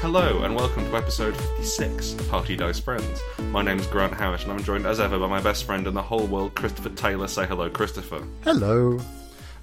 Hello and welcome to episode 56 of Party Dice Friends. My name's Grant Howish and I'm joined as ever by my best friend in the whole world, Christopher Taylor. Say hello, Christopher. Hello.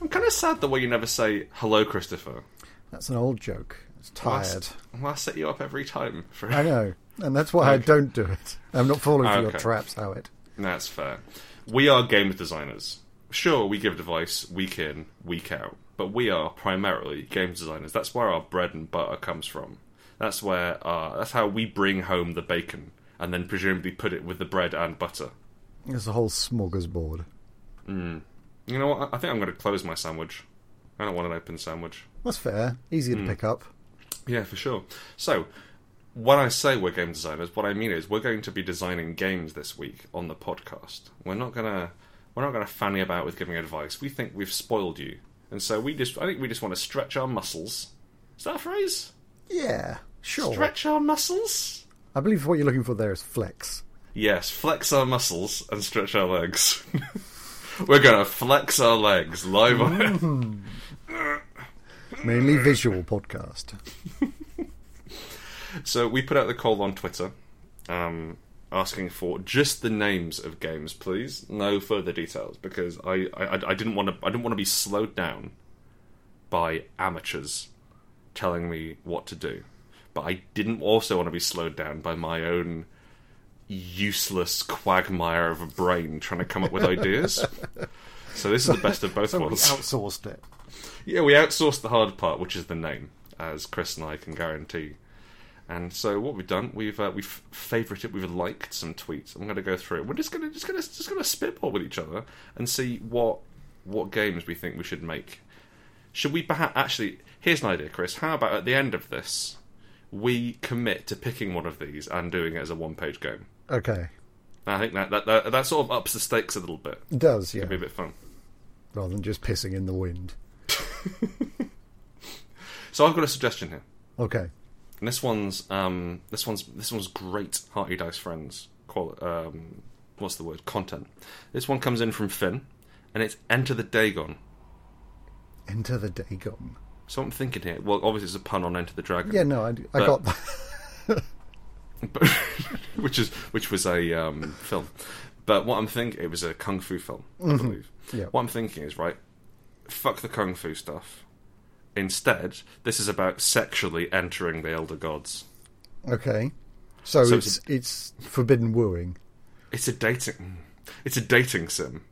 I'm kind of sad the way you never say hello, Christopher. That's an old joke. It's Well, I tired. s- Well, I set you up every time. For... I know. And that's why I don't do it. I'm not falling for your Okay. traps, Howard. That's fair. We are game designers. Sure, we give advice week in, week out, but we are primarily game designers. That's where our bread and butter comes from. That's where uh, that's how we bring home the bacon and then presumably put it with the bread and butter. It's a whole smorgasbord. You know what? I think I'm going to close my sandwich. I don't want an open sandwich. That's fair. Easy Hmm. to pick up. Yeah, for sure. So, when I say we're game designers, what I mean is we're going to be designing games this week on the podcast. We're not gonna we're not gonna fanny about with giving advice. We think we've spoiled you, and so we just I think we just want to stretch our muscles. Is that a phrase? Yeah, sure. Stretch our muscles. I believe what you're looking for there is flex. Yes, flex our muscles and stretch our legs. we're gonna flex our legs live on. Mainly visual podcast. So we put out the call on Twitter, um, asking for just the names of games, please, no further details, because I, I, I didn't want to I didn't want to be slowed down by amateurs telling me what to do, but I didn't also want to be slowed down by my own useless quagmire of a brain trying to come up with ideas. So this is the best of both We worlds. outsourced it. Yeah, we outsourced the hard part, which is the name, as Chris and I can guarantee. And so what we've done, we've uh, we've favorited, we've liked some tweets. I'm going to go through. it. We're just going to just going to just going to spitball with each other and see what what games we think we should make. Should we perhaps actually? Here's an idea, Chris. How about at the end of this, we commit to picking one of these and doing it as a one-page game? Okay. I think that that, that that sort of ups the stakes a little bit. It does, yeah. It'd be a bit fun. Rather than just pissing in the wind. So I've got a suggestion here. Okay. And this one's um, this one's this one's great. Hearty Dice Friends. Qual- um, what's the word? Content. This one comes in from Finn, and it's Enter the Dagon. Enter the Dagon. So I'm thinking here. Well, obviously it's a pun on Enter the Dragon. Yeah, no, I, I But- got that. but- which is which was a um, film. But what I'm thinking, it was a kung fu film, I believe. Mm-hmm. Yeah. What I'm thinking is right. Fuck the kung fu stuff. Instead, this is about sexually entering the elder gods. Okay. So, So it's, it's forbidden wooing. It's a dating. mm, It's a dating sim.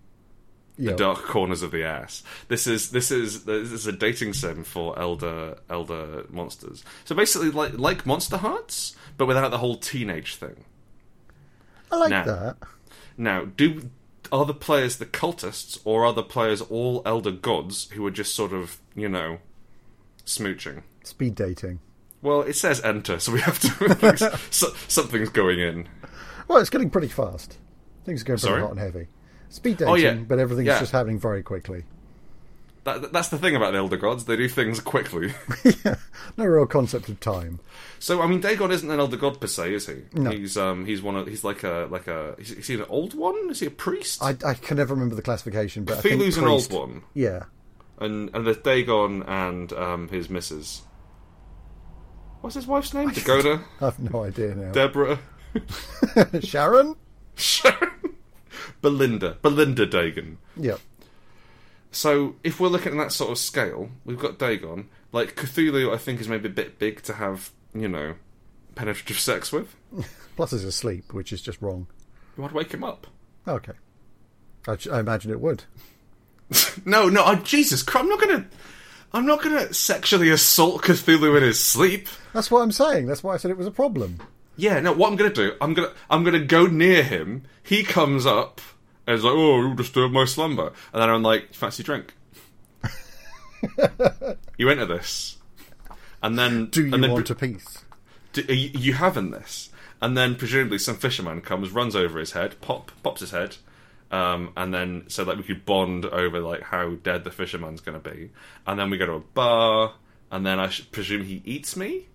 Yeah. the dark corners of the ass. This is this is this is a dating sim for elder elder monsters. So basically, like like Monster Hearts, but without the whole teenage thing. I like Nah. that. Now, do are the players the cultists, or are the players all elder gods who are just sort of you know smooching? Speed dating. Well, it says enter, so we have to. so, something's going in. Well, it's getting pretty fast. Things are going pretty Sorry? hot and heavy. Speed dating, Oh, yeah. but everything's Yeah. just happening very quickly. That, that's the thing about the elder gods; they do things quickly. No real concept of time. So I mean, Dagon isn't an elder god per se, is he? No. He's um he's one of he's like a like a is, is he an old one? Is he a priest? I, I can never remember the classification, but I think Filu's an old priest- one, Yeah, and and there's Dagon and um his missus. What's his wife's name? Dagoda, I've no idea now. Deborah, Sharon. Sharon, Belinda, Belinda Dagon. Yep. So if we're looking at that sort of scale, we've got Dagon. Like Cthulhu, I think is maybe a bit big to have you know penetrative sex with. Plus, is asleep, which is just wrong. You want to wake him up. Okay. I, j- I imagine it would. No, no, I, Jesus Christ, I'm not gonna, I'm not gonna sexually assault Cthulhu in his sleep. That's what I'm saying. That's why I said it was a problem. Yeah, no, what I'm gonna do, I'm gonna, I'm gonna go near him. He comes up and is like, "Oh, you disturbed my slumber," and then I'm like, "Fancy a drink?" you enter this, and then Do you and then, want a piece? do, are you, you having this? And then presumably some fisherman comes, runs over his head, pop pops his head, um, and then so that we could bond over like how dead the fisherman's going to be. And then we go to a bar, and then I should presume he eats me,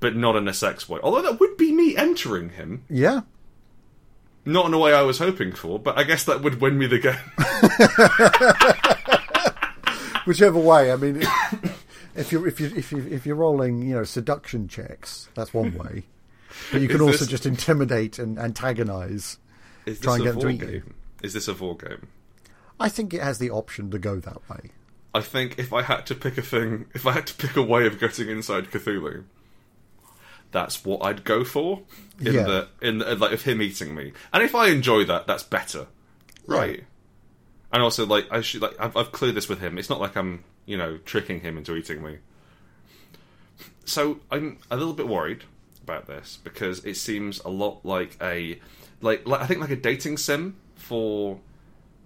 but not in a sex way. Although that would be me entering him, Yeah. not in a way I was hoping for. But I guess that would win me the game. Whichever way, I mean, it- if you're if you if you if you're rolling, you know, seduction checks, that's one way. But you can Is also this- just intimidate and antagonize. Is this Try and a get them to war eat you. game? Is this a war game? I think it has the option to go that way. I think if I had to pick a thing, if I had to pick a way of getting inside Cthulhu, that's what I'd go for. In Yeah. the in the, like of him eating me, and if I enjoy that, that's better, right? And also, like I should like I've, I've cleared this with him. It's not like I'm you know tricking him into eating me. So I'm a little bit worried about this because it seems a lot like a like, like I think like a dating sim for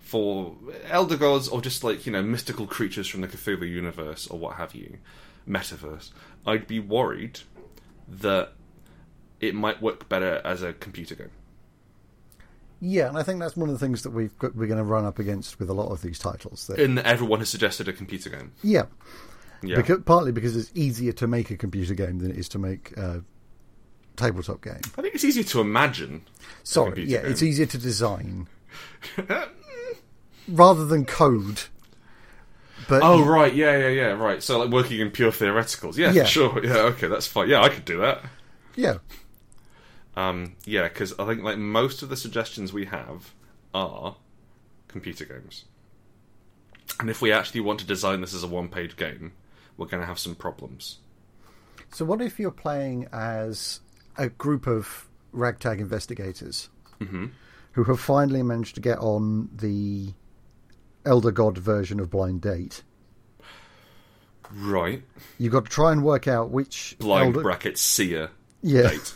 for elder gods or just like you know mystical creatures from the Cthulhu universe or what have you, metaverse. I'd be worried that it might work better as a computer game. Yeah, and I think that's one of the things that we've got, we're going to run up against with a lot of these titles. That, In that everyone has suggested a computer game. yeah, Yeah, Because, partly because it's easier to make a computer game than it is to make a tabletop game. I think it's easier to imagine. Sorry, computer yeah, game. it's easier to design rather than code. But Oh right, yeah, yeah, yeah, right. So like working in pure theoreticals. Yeah, Yeah. sure. Yeah, okay, that's fine. Yeah, I could do that. yeah, Um, yeah, because I think like most of the suggestions we have are computer games, and if we actually want to design this as a one-page game, we're going to have some problems. So, what if you're playing as a group of ragtag investigators Mm-hmm. who have finally managed to get on the Elder God version of Blind Date? Right, You've got to try and work out which blind elder, bracket seer yeah, date.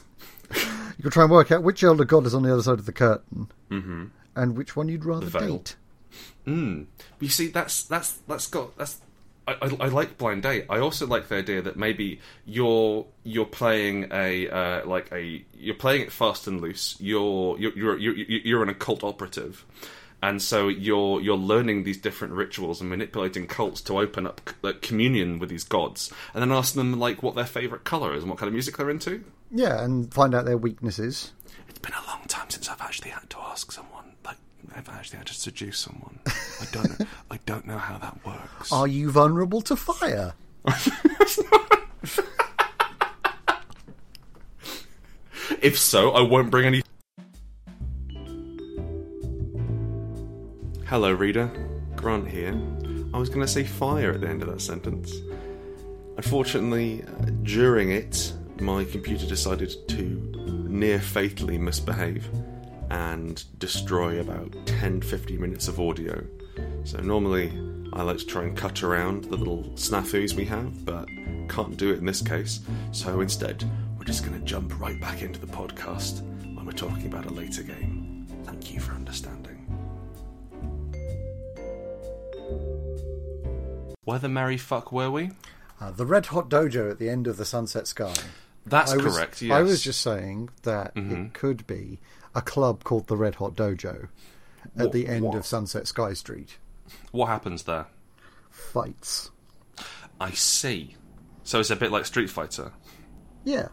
you got to try and work out which Elder God is on the other side of the curtain, mm-hmm. and which one you'd rather veil. date. Mm. But you see, that's that's that's got that's. I, I, I like blind date. I also like the idea that maybe you're you're playing a uh, like a you're playing it fast and loose. You're you're you're you're, you're an occult operative, and so you're you're learning these different rituals and manipulating cults to open up c- like, communion with these gods, and then asking them like what their favorite color is and what kind of music they're into. Yeah, and find out their weaknesses. It's been a long time since I've actually had to ask someone like I've actually had to seduce someone. I don't I don't know how that works. Are you vulnerable to fire? If so, I won't bring any. Hello, reader. Grant here. I was going to say fire at the end of that sentence. Unfortunately, uh, during it, my computer decided to near fatally misbehave and destroy about 10 50 minutes of audio. So, normally, I like to try and cut around the little snafus we have, but can't do it in this case. So, instead, we're just going to jump right back into the podcast when we're talking about a later game. Thank you for understanding. Where the merry fuck were we? Uh, the Red Hot Dojo at the end of the Sunset Sky. That's I was, correct. Yes. Mm-hmm. I was just saying that it could be a club called the Red Hot Dojo at What- the end what? of Sunset Sky Street. What happens there? Fights. I see. So it's a bit like Street Fighter. Yeah.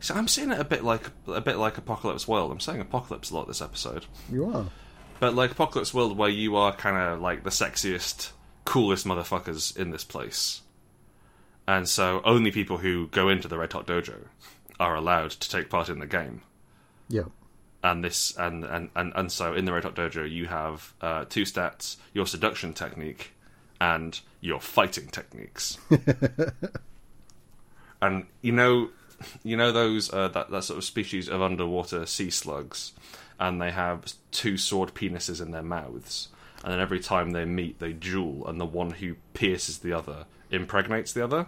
So I'm seeing it a bit like a bit like Apocalypse World. I'm saying Apocalypse a lot this episode, You are. but like Apocalypse World, where you are kind of like the sexiest, coolest motherfuckers in this place, and so only people who go into the Red Hot Dojo are allowed to take part in the game. Yeah. and this and and and, and so in the red hot dojo you have uh, two stats your seduction technique and your fighting techniques and you know you know those uh, that that sort of species of underwater sea slugs and they have two sword penises in their mouths and then every time they meet they duel and the one who pierces the other impregnates the other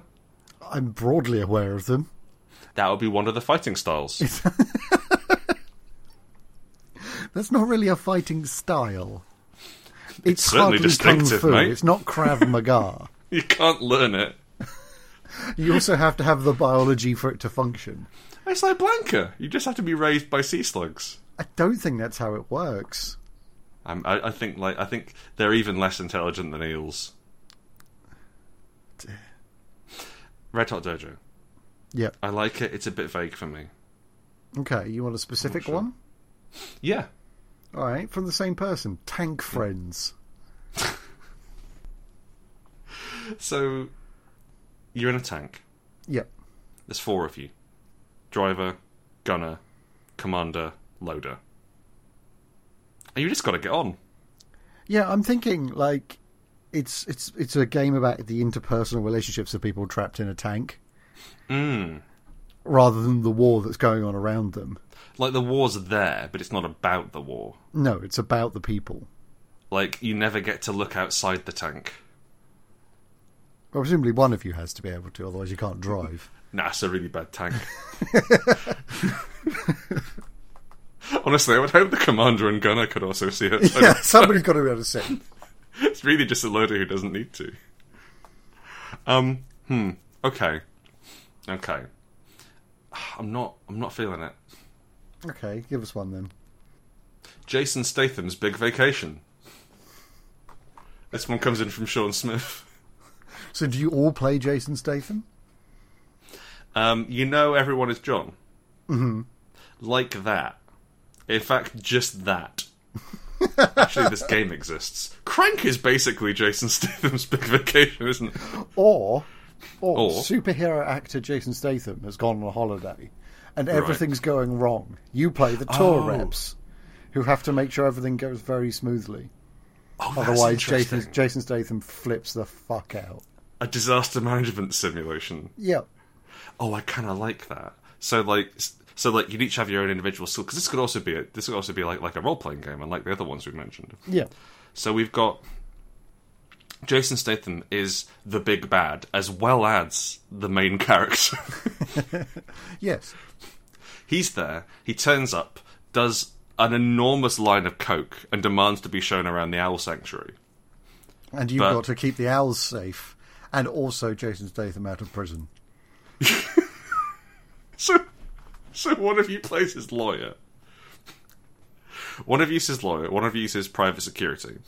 I'm broadly aware of them. that would be one of the fighting styles That's not really a fighting style. It's, certainly hardly distinctive, Kung Fu. mate. It's not Krav Maga. you can't learn it you also have to have the biology for it to function. it's like blanca you just have to be raised by sea slugs I don't think that's how it works. I'm, I, I think like I think they're even less intelligent than eels. Red Hot Dojo. Yeah. I like it. It's a bit vague for me. Okay. You want a specific sure. one? Yeah. All right. From the same person. Tank friends. So You're in a tank. Yep. There's four of you: driver, gunner, commander, loader. And you just got to get on. Yeah, I'm thinking like it's it's it's a game about the interpersonal relationships of people trapped in a tank Mm. rather than the war that's going on around them. Like the war's there, but it's not about the war. No, it's about the people. Like you never get to look outside the tank. Well, presumably one of you has to be able to, otherwise you can't drive. Nah, it's a really bad tank. Honestly, I would hope the commander and gunner could also see it. yeah, somebody's got to be able to sit. It's really just a loader who doesn't need to. Um. Hmm. Okay. Okay. I'm not. I'm not feeling it. Okay, give us one then. Jason Statham's Big Vacation. This one comes in from Sean Smith. So, do you all play Jason Statham? Um, you know everyone is John. Mm-hmm. Like that. In fact, just that. Actually, this game exists. Crank is basically Jason Statham's Big Vacation, isn't it? Or, or, Or- superhero actor Jason Statham has gone on a holiday, and everything's going wrong. You play the tour Oh. reps, who have to make sure everything goes very smoothly. Oh, that's Otherwise, interesting. Jason Jason Statham flips the fuck out. a disaster management simulation. Yeah, Oh, I kind of like that. So like, so like, you'd each have your own individual skill because this could also be a, this could also be like like a role playing game, unlike the other ones we mentioned. yeah. So we've got Jason Statham is the big bad as well as the main character. Yes. He's there. He turns up, does an enormous line of coke, and demands to be shown around the owl sanctuary. And you've But- got to keep the owls safe and also Jason Statham out of prison. So, so one of you plays his lawyer. One of you is his lawyer. One of you is his private security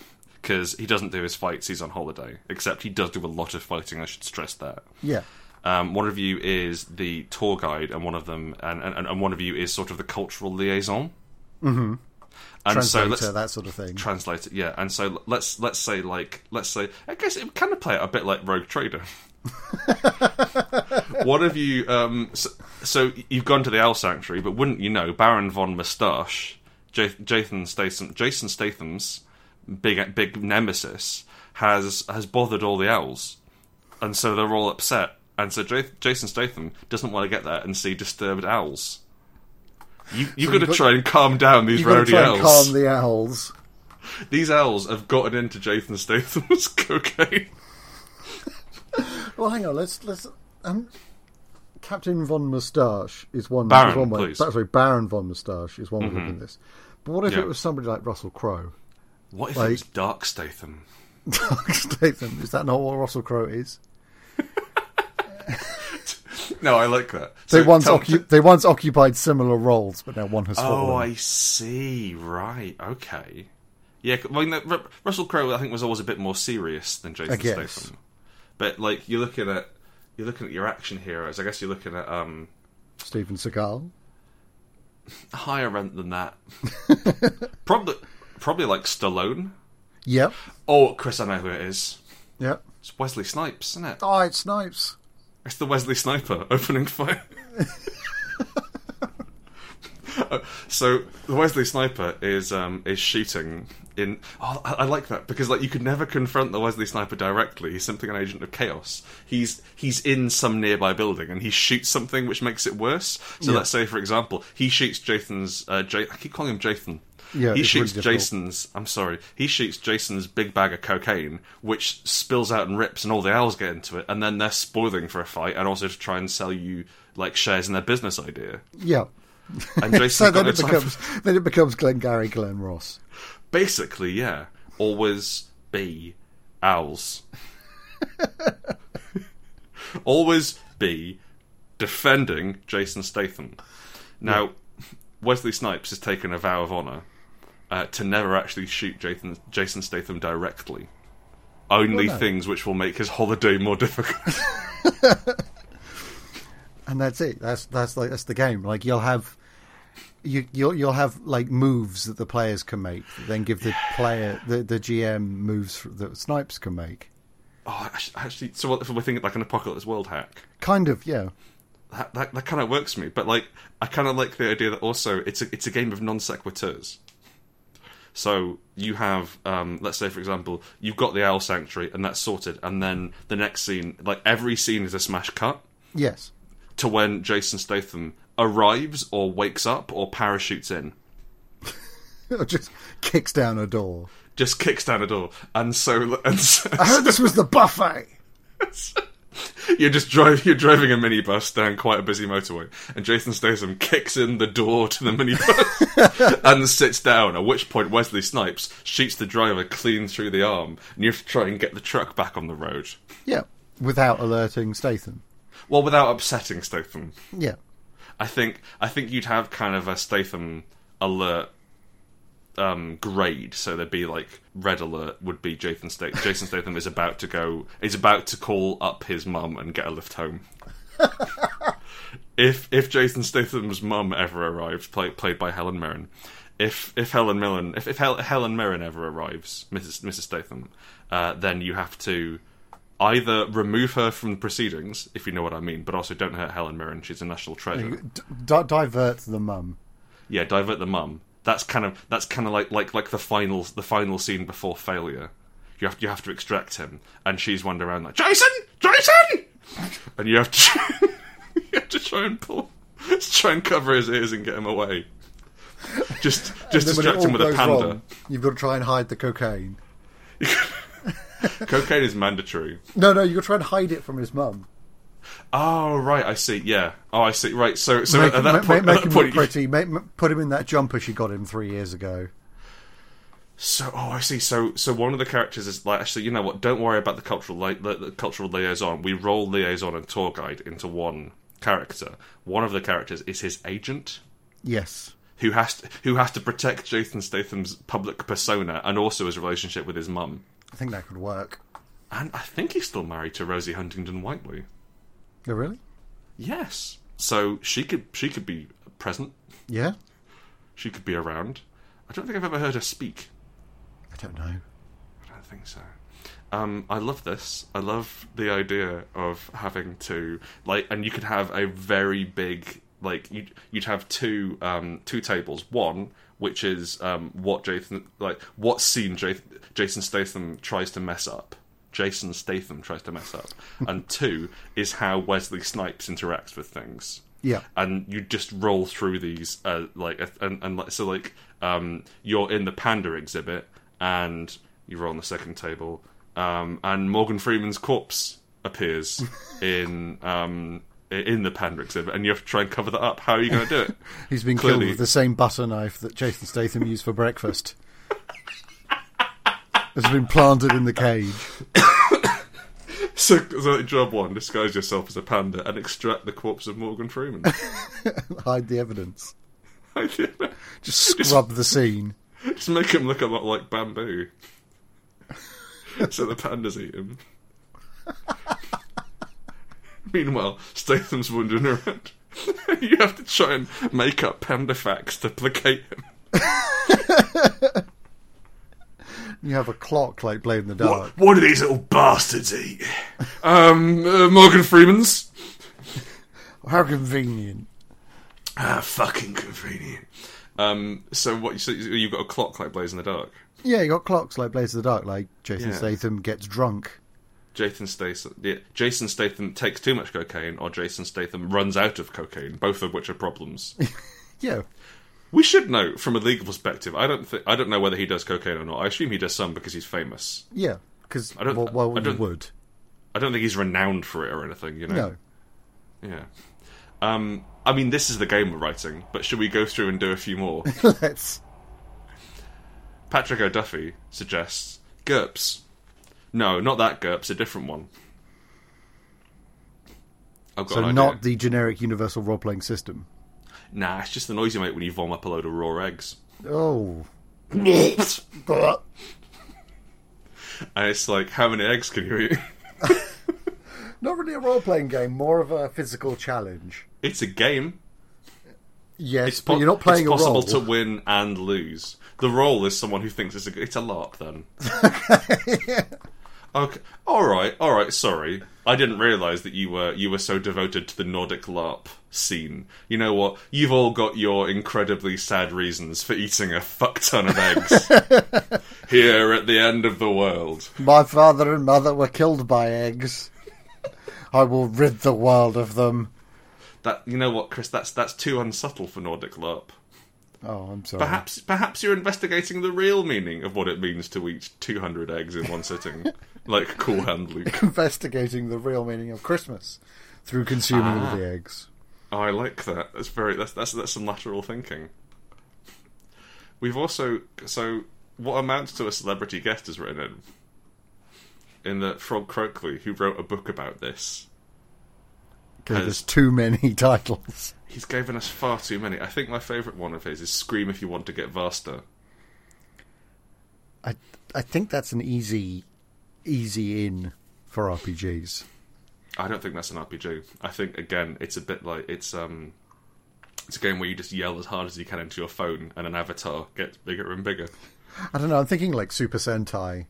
because he doesn't do his fights. He's on holiday. Except he does do a lot of fighting. I should stress that. Yeah. Um, one of you is the tour guide, and one of them, and, and, and one of you is sort of the cultural liaison. Mm-hmm. And so Translator, let's that sort of thing. translate it, yeah. And so let's let's say like let's say I guess it would kind of play out a bit like Rogue Trader. one of you, um, so, so you've gone to the Owl Sanctuary, but wouldn't you know, Baron von Moustache, J- Jason Statham, Jason Statham's big big nemesis, has has bothered all the owls, and so they're all upset. And so J- Jason Statham doesn't want to get there and see disturbed owls. You, you've got to got- try and calm down these You've got rowdy to try owls. and calm the owls. These owls have gotten into Jason Statham's cocaine. Well, hang on. Let's let's. Um, Captain von Moustache is one. Baron, is one way. please. Mm-hmm. Sorry, Baron von Moustache is one way of doing this. But what if Yeah. it was somebody like Russell Crowe? What if Like- it was Dark Statham? Dark Statham. Is that not what Russell Crowe is? No, I like that. They So once tell- occu- they once occupied similar roles, but now one has Oh, fallen. I see. Right. Okay. Yeah. c- I mean, that- Ru- Russell Crowe, I think, was always a bit more serious than Jason I guess. Statham. But like, you're looking at you're looking at your action heroes. I guess you're looking at um Steven Seagal. higher rent than that. probably, probably like Stallone. Yep. Oh, Chris, I know who it is. Yep. It's Wesley Snipes, isn't it? Oh, it's Snipes. It's the Wesley Sniper opening fire. Uh, so the Wesley Sniper is um, is shooting in. Oh, I, I like that because like you could never confront the Wesley Sniper directly. He's simply an agent of chaos. He's he's in some nearby building and he shoots something which makes it worse. So Yeah. let's say for example he shoots Jason's. Uh, J- I keep calling him Jason. Yeah, he it's really shoots difficult. Jason's. I'm sorry. He shoots Jason's big bag of cocaine, which spills out and rips, and all the owls get into it, and then they're spoiling for a fight, and also to try and sell you like shares in their business idea. Yeah. And Jason's So got then no it time becomes then it becomes Glengarry Glen Ross. for- basically, yeah, always be owls. always be defending Jason Statham. Now, Wesley Snipes has taken a vow of honor uh, to never actually shoot Jason, Jason Statham directly. Only Well, no. things which will make his holiday more difficult. and that's it. That's that's like that's the game. Like you'll have you you'll you'll have like moves that the players can make. That then give the player the the GM moves that Snipes can make. Oh, actu- actually, so what if we're thinking like an apocalypse world hack? Kind of, yeah. That that, that kind of works for me. But like, I kind of like the idea that also it's a it's a game of non sequiturs. So you have, um, let's say, for example, you've got the owl sanctuary, and that's sorted. And then the next scene, like every scene, is a smash cut Yes. to when Jason Statham arrives or wakes up or parachutes in. It just kicks down a door. Just kicks down a door, and so and so, I heard this was the buffet. you're just driving you're driving a minibus down quite a busy motorway, and Jason Statham kicks in the door to the minibus and sits down. At which point, Wesley Snipes shoots the driver clean through the arm, and you have to try and get the truck back on the road. Yeah. Without alerting Statham. Well, without upsetting Statham. Yeah. I think I think you'd have kind of a Statham alert um, grade, so there'd be like red alert would be Jason Statham. Jason Statham is about to go. Is about to call up his mum and get a lift home. if if Jason Statham's mum ever arrived, play, played by Helen Mirren, if if Helen Mirren if if Hel- Helen Mirren ever arrives, Mrs. Mrs. Statham, uh, then you have to either remove her from the proceedings, if you know what I mean, but also don't hurt Helen Mirren. She's a national treasure D- di- divert the mum. yeah, divert the mum. That's kind of that's kind of like like like the final the final scene before failure. You have you have to extract him, and she's wandering around like Jason, Jason, and you have to you have to try and pull, try and cover his ears and get him away. Just just Then when it distract him all with a goes panda. wrong, you've got to try and hide the cocaine. Cocaine is mandatory. No, no, you've got to try and hide it from his mum. Oh right, I see. Yeah. Oh, I see. Right. So so Make, at that ma- point, ma- at make that him point look you- pretty. Make, m- put him in that jumper she got him three years ago. So, oh, I see. So, so one of the characters is like, actually, you know what? Don't worry about the cultural li- the, the cultural liaison. We roll liaison and tour guide into one character. One of the characters is his agent, Yes. who has to, who has to protect Jason Statham's public persona and also his relationship with his mum. I think that could work. And I think he's still married to Rosie Huntington Whiteley. Oh, really? Yes. So she could she could be present. Yeah? She could be around. I don't think I've ever heard her speak. I don't know. I don't think so. Um, I love this. I love the idea of having to like, and you could have a very big like you'd you'd have two um two tables. One which is um what Jason like what scene Ja- Jason Statham tries to mess up. Jason Statham tries to mess up, and two is how Wesley Snipes interacts with things Yeah. and you just roll through these uh, like and, and like so like um, you're in the panda exhibit and you're on the second table um, and Morgan Freeman's corpse appears in um, i- in the panda exhibit and you have to try and cover that up. How are you going to do it? He's been Clearly- killed with the same butter knife that Jason Statham used for breakfast. Has been planted in the cage. so, so job one: disguise yourself as a panda and extract the corpse of Morgan Freeman. Hide the evidence. just Just scrub the scene. make him look a lot like bamboo. so the pandas eat him. Meanwhile, Statham's wandering around. you have to try and make up panda facts to placate him. You have a clock like Blade in the Dark. what do these little bastards eat? Um, uh, Morgan Freeman's. How convenient. Ah, fucking convenient. Um, so what? So you've got a clock like Blaze in the Dark. Yeah, you got clocks like Blades of the Dark, like Jason Yeah. Statham gets drunk. Jason Statham, yeah, Jason Statham takes too much cocaine, or Jason Statham runs out of cocaine, both of which are problems. Yeah. we should know from a legal perspective. I don't, thi- I don't know whether he does cocaine or not. I assume he does some because he's famous. Yeah. Because, I don't- well, well I don't- you would. I don't think he's renowned for it or anything. You know? No. Yeah. Um, I mean, this is the game we're writing, but should we go through and do a few more? Let's. Patrick O'Duffy suggests GURPS. No, not that GURPS, a different one. I've got So, an idea. not the generic universal role playing system. Nah, it's just the noise you make when you vom up a load of raw eggs. Oh. And it's like, how many eggs can you eat? Not really a role playing game, more of a physical challenge. It's a game. Yes, It's but po- you're not playing it's a possible role. to win and lose. The role is someone who thinks it's a it's a larp. Then Okay. All right. All right. Sorry, I didn't realize that you were you were so devoted to the Nordic LARP scene. You know what? You've all got your incredibly sad reasons for eating a fuck ton of eggs here at the end of the world. My father and mother were killed by eggs. I will rid the world of them. That you know what, Chris? That's that's too unsubtle for Nordic LARP. Oh, I'm sorry. Perhaps perhaps you're investigating the real meaning of what it means to eat 200 eggs in one sitting, like Cool Hand Luke. Investigating the real meaning of Christmas through consuming all the eggs. Oh, I like that. That's very that's that's that's some lateral thinking. We've also so what amounts to a celebrity guest is written in. In that Frog Croakley, who wrote a book about this, Okay, has- There's too many titles. he's given us far too many. I think my favourite one of his is "Scream if you want to get vaster." I I think that's an easy easy in for RPGs. I don't think that's an RPG. I think again, it's a bit like it's um, it's a game where you just yell as hard as you can into your phone, and an avatar gets bigger and bigger. I don't know. I'm thinking like Super Sentai,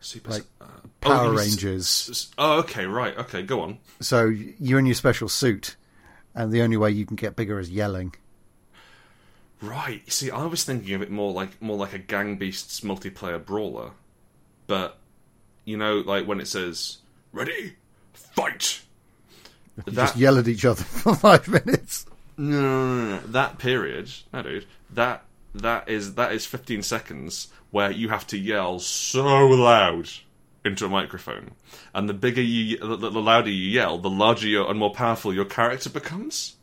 Super Like, uh, Power oh, he's- Rangers. Oh, okay, right, okay, go on. So you're in your special suit, and the only way you can get bigger is yelling. Right. See, I was thinking of it more like more like a Gang Beasts multiplayer brawler, but you know, like when it says "Ready, fight." You That just yell at each other for five minutes. no, no, no, no, no. that period, no, dude, that that is that is fifteen seconds where you have to yell so loud into a microphone, and the bigger you, the, the louder you yell, the larger your, and more powerful your character becomes.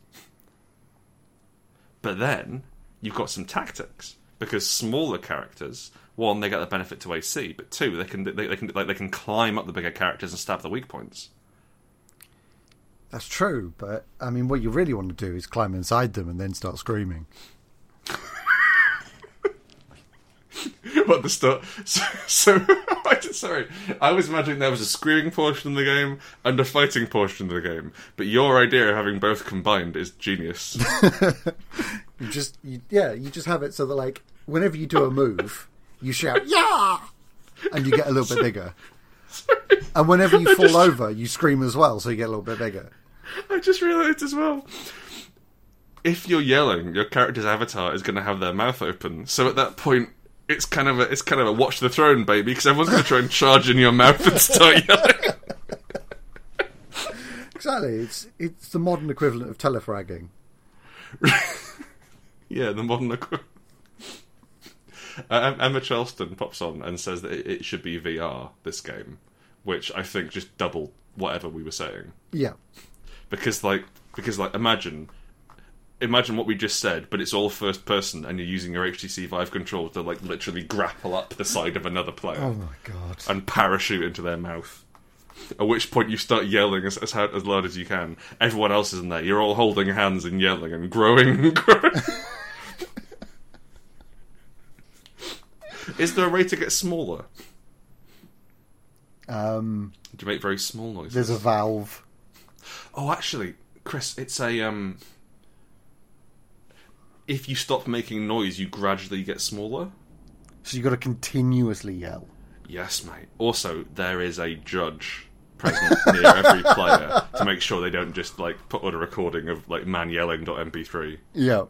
But then you've got some tactics because smaller characters, one, they get the benefit to AC, but two, they can they, they can like they can climb up the bigger characters and stab the weak points. That's true, but I mean, what you really want to do is climb inside them and then start screaming. But the start. So, so I just- sorry. I was imagining there was a screaming portion of the game and a fighting portion of the game. But your idea of having both combined is genius. You just, you, yeah, you just have it so that like whenever you do a move, you shout yeah, and you get a little bit bigger. And whenever you fall over, you scream as well, so you get a little bit bigger. I just realised as well. If you're yelling, your character's avatar is going to have their mouth open. So at that point, it's kind of a it's kind of a watch the throne, baby, because everyone's going to try and charge in your mouth and start yelling. Exactly, it's it's the modern equivalent of telefragging. Yeah, the modern equivalent. Uh, Em- Emma Charleston pops on and says that it it should be VR this game, which I think just doubled whatever we were saying Yeah, because like because like imagine imagine what we just said, but it's all first person and you're using your HTC Vive control to like literally grapple up the side of another player Oh my god. and parachute into their mouth. At which point you start yelling as as, hard, as loud as you can. Everyone else is in there. You're all holding hands and yelling and growing and growing. is there a way to get smaller? Um, Do you make very small noises? there's a valve. Oh, actually, Chris, it's a um. If you stop making noise, you gradually get smaller. So you've got to continuously yell. Yes, mate. Also, there is a judge present near every player to make sure they don't just like put on a recording of like man yelling.mp3 Yeah.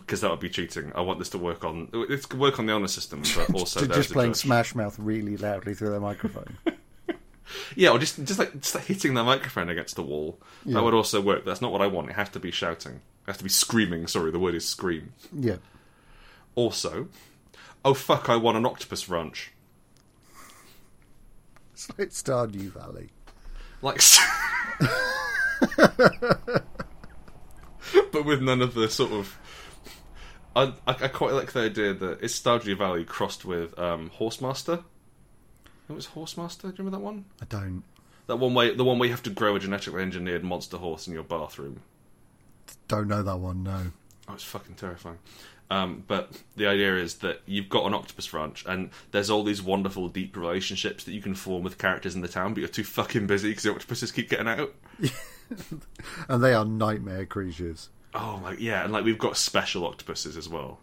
because that would be cheating. I want this to work on it's to work on the honor system, but also to there's just a playing judge. Smash Mouth really loudly through their microphone. Yeah, or just just like just like hitting the microphone against the wall. Yeah. That would also work. That's not what I want. It has to be shouting. It has to be screaming. Sorry, the word is scream. yeah. Also, oh fuck, I want an octopus ranch. It's like Stardew Valley. Like. but with none of the sort of. I, I, I quite like the idea that it's Stardew Valley crossed with um, Horsemaster. It was Horsemaster. Do you remember that one? I don't. That one way, the one where you have to grow a genetically engineered monster horse in your bathroom. Don't know that one, no. Oh, it's fucking terrifying. Um, but the idea is that you've got an octopus ranch, and there's all these wonderful deep relationships that you can form with characters in the town, but you're too fucking busy because the octopuses keep getting out. And they are nightmare creatures. Oh, like yeah, and like we've got special octopuses as well.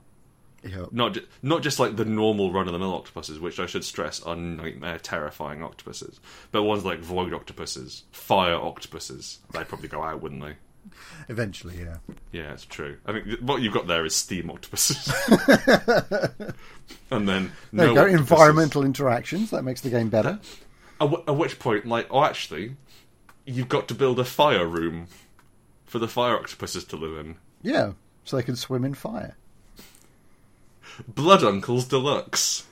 Yeah. Not ju- not just like the normal run of the mill octopuses, which I should stress are nightmare terrifying octopuses, but ones like void octopuses, fire octopuses. They'd probably go out, wouldn't they? Eventually, yeah. Yeah, it's true. I mean, th- what you've got there is steam octopuses, and then no There you go. octopuses. Environmental interactions. That makes the game better. At, w- at which point, like, oh, actually, you've got to build a fire room for the fire octopuses to live in. Yeah. So they can swim in fire. Blood Uncles Deluxe.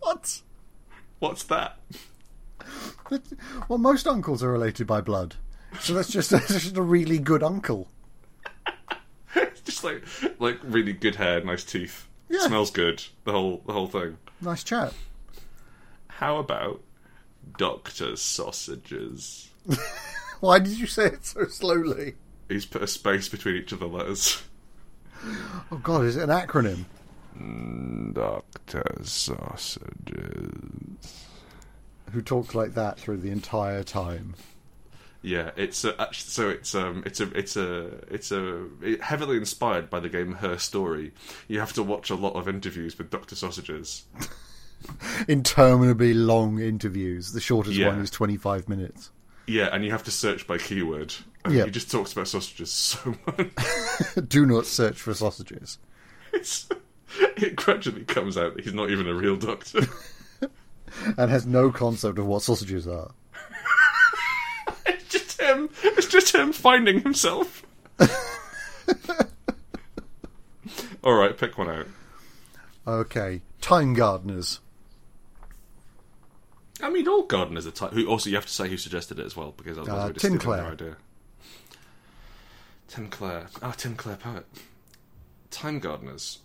What? What's that? Well, most uncles are related by blood. So that's just, that's just a really good uncle. It's just like like really good hair, nice teeth, Yeah. smells good. The whole the whole thing. Nice chap. How about Doctor Sausages? Why did you say it so slowly? He's put a space between each of the letters. Oh, God, is it an acronym? Doctor Sausages. Who talked like that through the entire time? Yeah, it's a, actually so it's um it's a it's a it's a it, heavily inspired by the game Her Story. You have to watch a lot of interviews with Doctor Sausages. Interminably long interviews. The shortest Yeah. one is 25 minutes. Yeah, and you have to search by keyword. And Yeah. He just talks about sausages so much. Do not search for sausages. It's, it gradually comes out that he's not even a real doctor. And has no concept of what sausages are. it's just him. It's just him finding himself. All right, pick one out. Okay. Time gardeners. I mean, all gardeners are type. Who also you have to say who suggested it as well because otherwise Uh, we're just Tim stealing their Clare. idea. Tim Clare. Ah, Tim Clare poet. Time gardeners.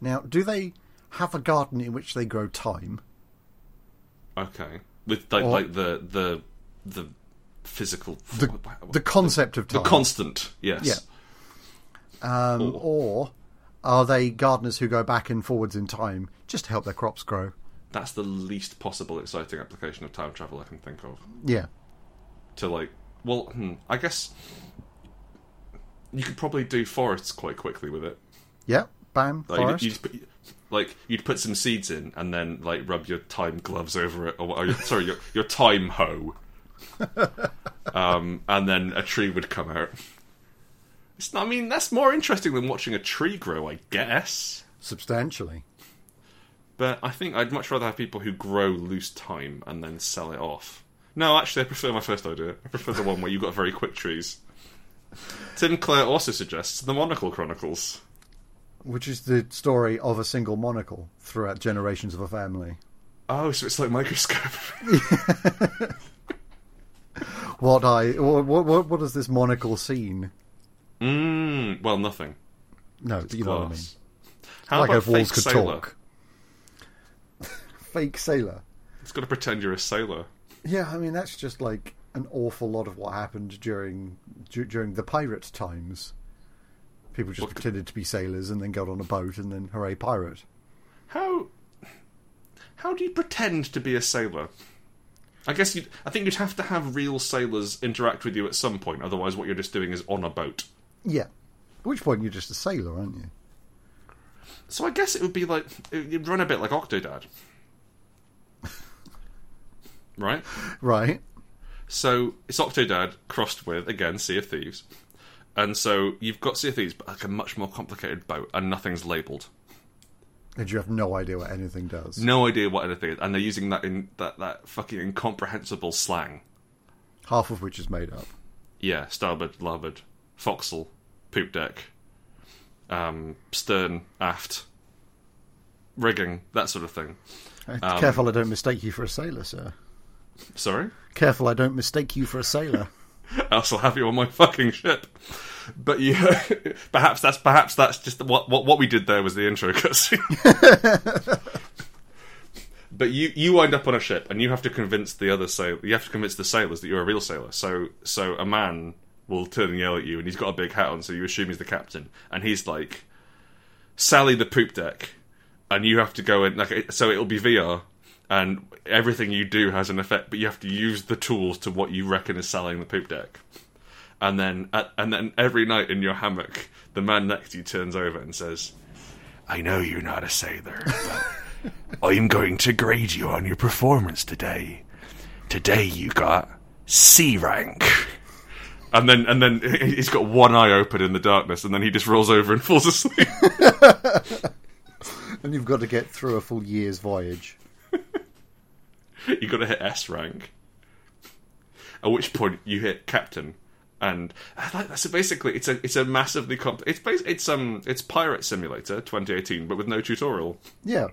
Now, do they have a garden in which they grow thyme? Okay, with like, Or- like the the the physical The, the concept of The Oh. thyme. constant, yes. Yeah. um, or are they gardeners who go back and forwards in time just to help their crops grow? That's the least possible exciting application of time travel I can think of. Yeah. To like, well, hmm, I guess you could probably do forests quite quickly with it. Yeah. Bam. Like, forest. You'd, you'd put, like you'd put some seeds in and then like rub your time gloves over it, or, what- or your- sorry, your your time hoe. um, and then a tree would come out. It's not, I mean, that's more interesting than watching a tree grow, I guess. Substantially. But I think I'd much rather have people who grow loose time and then sell it off. No, actually, I prefer my first idea. I prefer the one where you got very quick trees. Tim Clare also suggests the Monocle Chronicles. Which is the story of a single monocle throughout generations of a family. Oh, so it's like microscope. What I what what, what does this monocle scene? Mmm. Well, nothing. No, you know what I mean. Glass. How like about if walls fake could sailor? talk. Fake sailor. It's got to pretend you're a sailor. Yeah, I mean that's just like an awful lot of what happened during du- during the pirate times. People just pretended to be sailors and then got on a boat and then hooray pirate. How? How do you pretend to be a sailor? I guess you. I think you'd have to have real sailors interact with you at some point. Otherwise, what you're just doing is on a boat. Yeah. At which point you're just a sailor, aren't you? So I guess it would be like it- you'd run a bit like Octodad, right? Right. So it's Octodad crossed with again Sea of Thieves, and so you've got Sea of Thieves, but like a much more complicated boat, and nothing's labelled. And you have no idea what anything does. No idea what anything is, and they're using that in that that fucking incomprehensible slang. Half of which is made up. Yeah, starboard, larboard, forecastle, poop deck, um, stern, aft, rigging, that sort of thing. Uh, Um, Careful I don't mistake you for a sailor, sir. Sorry. Careful I don't mistake you for a sailor. else I'll have you on my fucking ship. But you, perhaps that's perhaps that's just what what what we did there was the intro cutscene. but you you wind up on a ship and you have to convince the other sail you have to convince the sailors that you're a real sailor. So so a man will turn and yell at you and he's got a big hat on, so you assume he's the captain, and he's like, "Sally the poop deck," and you have to go in like so it'll be VR. And everything you do has an effect, but you have to use the tools to what you reckon is selling the poop deck and then at, and then every night in your hammock, the man next to you turns over and says, "I know you're not a sailor, but I'm going to grade you on your performance today. Today you got C rank." And then and then he- he's got one eye open in the darkness, and then he just rolls over and falls asleep. and you've got to get through a full year's voyage. you got to hit S rank. At which point you hit captain, and I like that. So basically, it's a it's a massively comp. It's bas- it's um it's Pirate Simulator 2018, but with no tutorial. Yeah,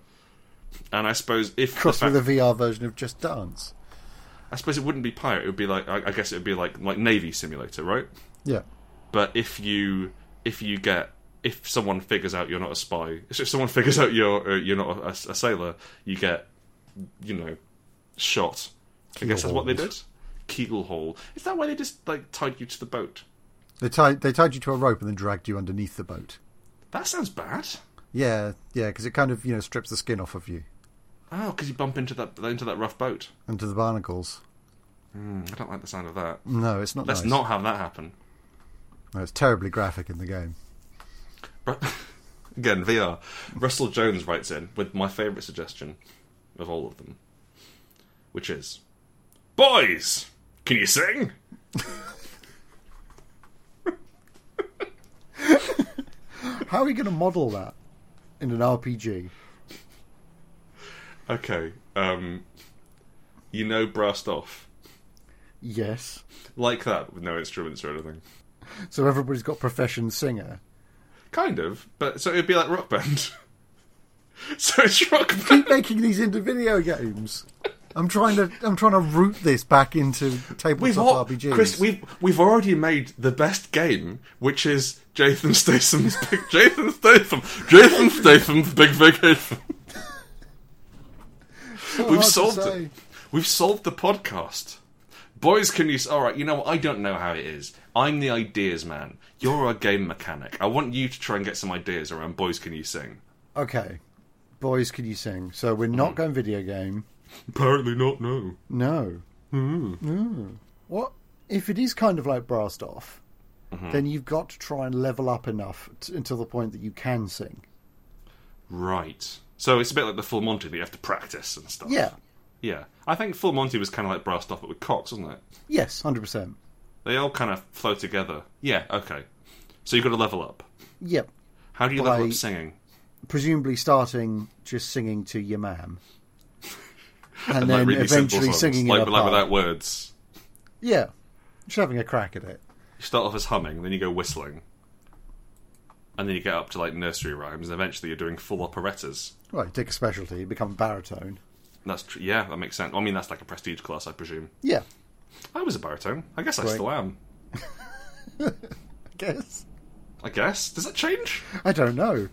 And I suppose if the cross fact- with a VR version of Just Dance. I suppose it wouldn't be pirate. It would be like I, I guess it would be like like Navy Simulator, right? Yeah, But if you if you get if someone figures out you're not a spy, if someone figures out you're uh, you're not a, a sailor, you get you know shot. I guess that's what they did. hauled. Keel haul. Is that why they just like tied you to the boat? they tied they tied you to a rope and then dragged you underneath the boat. That sounds bad. Yeah, yeah, because it kind of you know strips the skin off of you Oh, because you bump into that into that rough boat. into the barnacles. Mm, I don't like the sound of that. No, it's not. Let's nice. not have that happen. No, it's terribly graphic in the game. Ru- Again, VR. Russell Jones writes in with my favourite suggestion of all of them, which is Boys, can you sing? How are we going to model that in an RPG? Okay, um, you know, brassed off. Yes. Like that, with no instruments or anything. So everybody's got profession singer. Kind of, but so it'd be like rock band. so it's rock band. Keep making these into video games. I'm trying to I'm trying to root this back into tabletop We've al- RPGs. Chris, we've we've already made the best game, which is Jason Statham's big Jason Statham, Jason Statham's big vacation. we've hard to solved say. it. We've solved the podcast. Boys, can you? s- All right, you know what? I don't know how it is. I'm the ideas man. You're a game mechanic. I want you to try and get some ideas around. Boys, can you sing? Okay, boys, can you sing? So we're Mm. not going video game. Apparently not. No. No. Mm. No. What if it is kind of like Brassed Off? Mm-hmm. Then you've got to try and level up enough t- until the point that you can sing. Right. So it's a bit like the full Monty that you have to practice and stuff. Yeah. Yeah. I think full Monty was kind of like brassed off, but with Cox, wasn't it? Yes, hundred percent. They all kind of flow together. Yeah, okay. So you've got to level up. Yep. How do you level By- up singing? presumably starting just singing to your mam, and, And, then like really eventually simple songs, singing like, it like without words. Yeah, just having a crack at it. You start off as humming, then you go whistling, and then you get up to like nursery rhymes, and eventually you're doing full operettas. Right, you take a specialty, you become a baritone. That's tr- yeah, that makes sense. I mean, that's like a prestige class, I presume. Yeah, I was a baritone. I guess I Right. still am. I guess. I guess does that change? I don't know.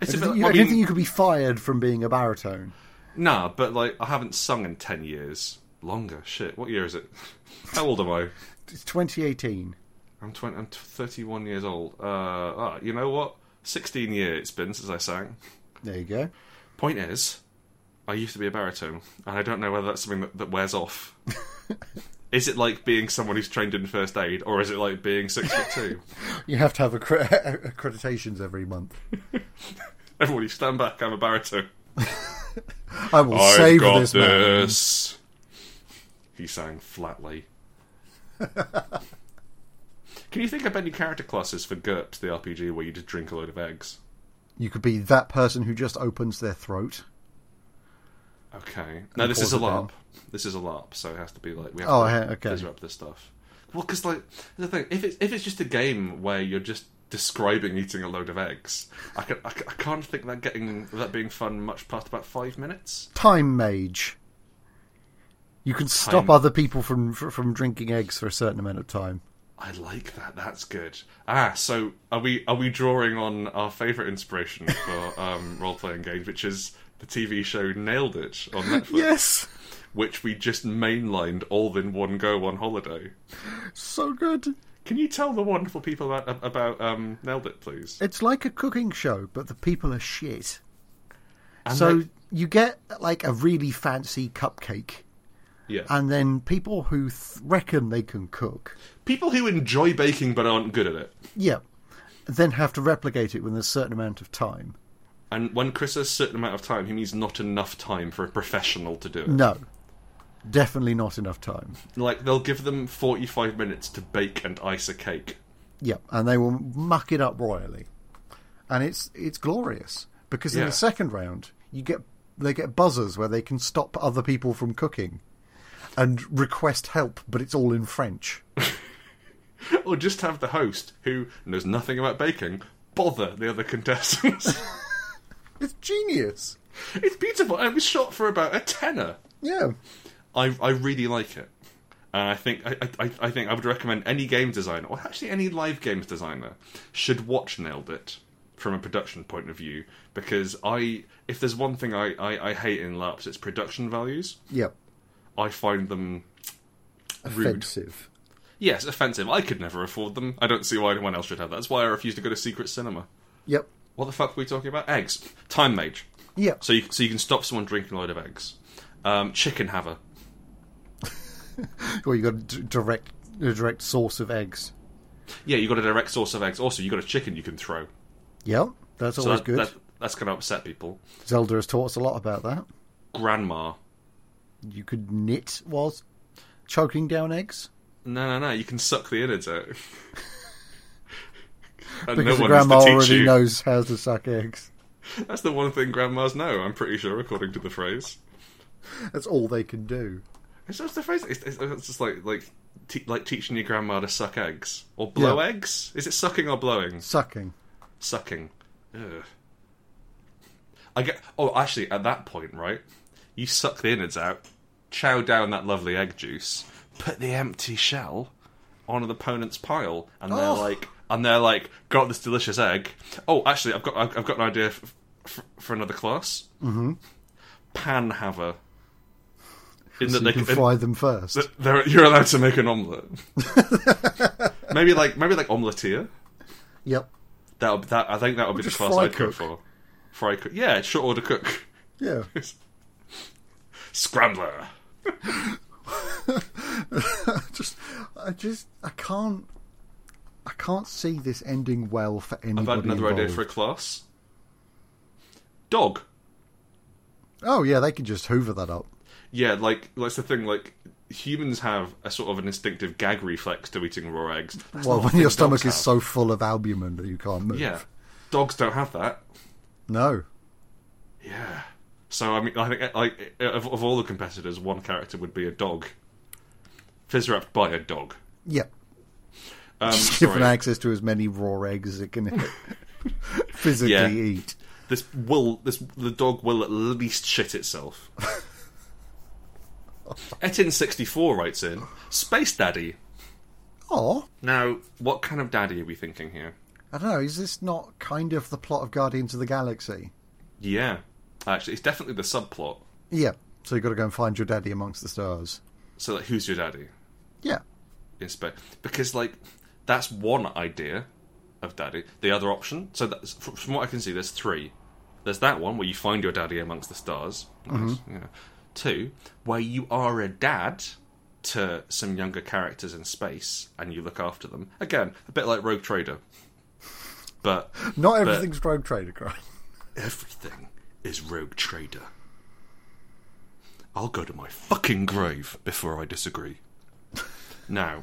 It's I a don't, bit. think you, I I don't mean, think you could be fired from being a baritone. nah, but like I haven't sung in ten years. Longer shit. What year is it? How old am I? It's 2018. I'm 20, I'm 31 years old. Uh, ah, you know what? 16 years it's been since I sang. There you go. Point is, I used to be a baritone, and I don't know whether that's something that, that wears off. is it like being someone who's trained in first aid, or is it like being six foot two? You have to have accre- accreditations every month. Everybody stand back, I'm a baritone. I will save this, man. this. He sang flatly. Can you think of any character classes for GURPS, the RPG, where you just drink a load of eggs? You could be that person who just opens their throat. Okay. No, this pause is a it down. LARP. This is a LARP, so it has to be like we have Oh, to he- okay. disrupt this stuff. Well, because like the thing, if it's if it's just a game where you're just describing eating a load of eggs, I can I, ca- I can't think that getting that being fun much past about five minutes. Time mage. You can stop Time- other people from fr- from drinking eggs for a certain amount of time. I like that. That's good. Ah, so are we are we drawing on our favorite inspiration for um, role playing games, which is the TV show Nailed It on Netflix, Yes, which we just mainlined all in one go on holiday. so good. Can you tell the wonderful people about about um, Nailed It, please? It's like a cooking show, but the people are shit. And so they- you get like a really fancy cupcake, Yeah. and then people who th- reckon they can cook, People who enjoy baking but aren't good at it. yeah, then have to replicate it within a certain amount of time. And when Chris says certain amount of time, he means not enough time for a professional to do it. No, definitely not enough time. Like they'll give them forty-five minutes to bake and ice a cake. Yeah, and they will muck it up royally, and it's it's glorious because in Yeah. the second round you get they get buzzers where they can stop other people from cooking, and request help, but it's all in French. Or just have the host, who knows nothing about baking, bother the other contestants. It's genius. it's beautiful, and it was shot for about a tenner. Yeah, I I really like it. And I think I, I I think I would recommend any game designer, or actually any live games designer, should watch Nailed It from a production point of view. Because I, if there's one thing I, I, I hate in LARPs, it's production values. yeah, I find them rude. offensive. Yes, offensive. I could never afford them. I don't see why anyone else should have that. That's why I refuse to go to secret cinema. Yep, What the fuck were we talking about? Eggs. Time Mage. yep. So you, so you can stop someone drinking a load of eggs. Um, chicken Haver. Well, you got a d- direct a direct source of eggs. Yeah, you got a direct source of eggs. Also, you got a chicken you can throw. Yep, that's So always that- good. that- that's going to upset people. Zelda has taught us a lot about that. Grandma. You could knit whilst choking down eggs. No, no, no. You can suck the innards out. and Because no the one has grandma to teach already you. knows how to suck eggs. That's the one thing grandmas know. I'm pretty sure, according to the phrase. That's all they can do. It's just the phrase. It's, it's, it's just like like te- like teaching your grandma to suck eggs or blow Yeah. eggs. Is it sucking or blowing? Sucking. Sucking. Ugh. I get. Oh, actually, at that point, right? You suck the innards out, chow down that lovely egg juice, put the empty shell on an opponent's pile, and they're Oh. like, and they're like, got this delicious egg. Oh, actually, I've got I've, I've got an idea f- f- for another class. Mm-hmm. Panhaver. In So that you they can can- in- fry them first. Th- there- you're allowed to make an omelette. maybe like maybe like omeletier. Yep. That that I think that would be the just class fry I'd go cook. for. Fry cook. Yeah, short order cook. Yeah. Scrambler. just, I just, I can't, I can't see this ending well for I've anybody. had another idea involved. for a class. Dog. Oh yeah, they can just hoover that up. Yeah, like that's the thing. Like humans have a sort of an instinctive gag reflex to eating raw eggs. That's well, not a when thing your dogs stomach is have. so full of albumin that you can't move. yeah, dogs don't have that. No. Yeah. So I mean, I think eh, like of, of all the competitors, one character would be a dog. Fizzwrapped by a dog. Yep. Um, Just sorry. given access to as many raw eggs as it can physically Yeah. eat. This will this the dog will at least shit itself. Etin sixty four writes in space daddy. Oh, Now, what kind of daddy are we thinking here? I don't know. Is this not kind of the plot of Guardians of the Galaxy? Yeah, actually, it's definitely the subplot. Yeah. So you've got to go and find your daddy amongst the stars. So, like, who's your daddy Yeah. in space? Because like that's one idea of daddy. The other option. So that's, fr- from what I can see, there's three. There's that one where you find your daddy amongst the stars. Nice. Yeah. Two, where you are a dad to some younger characters in space and you look after them. Again, a bit like Rogue Trader. But Not everything's Rogue Trader crime. everything is Rogue Trader. I'll go to my fucking grave before I disagree. Now,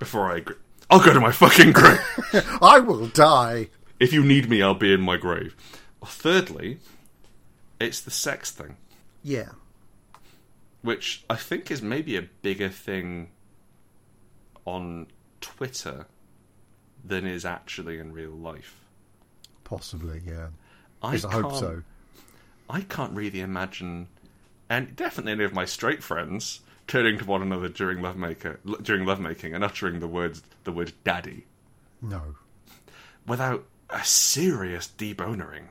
before I agree, I'll go to my fucking grave. I will die. if you need me, I'll be in my grave. Thirdly, it's the sex thing, Yeah. which I think is maybe a bigger thing on Twitter than is actually in real life. Possibly, yeah. I, Because I, hope can't- so. I can't really imagine, and definitely any of my straight friends turning to one another during lovemaker during lovemaking and uttering the words the word "daddy" No. without a serious debonering,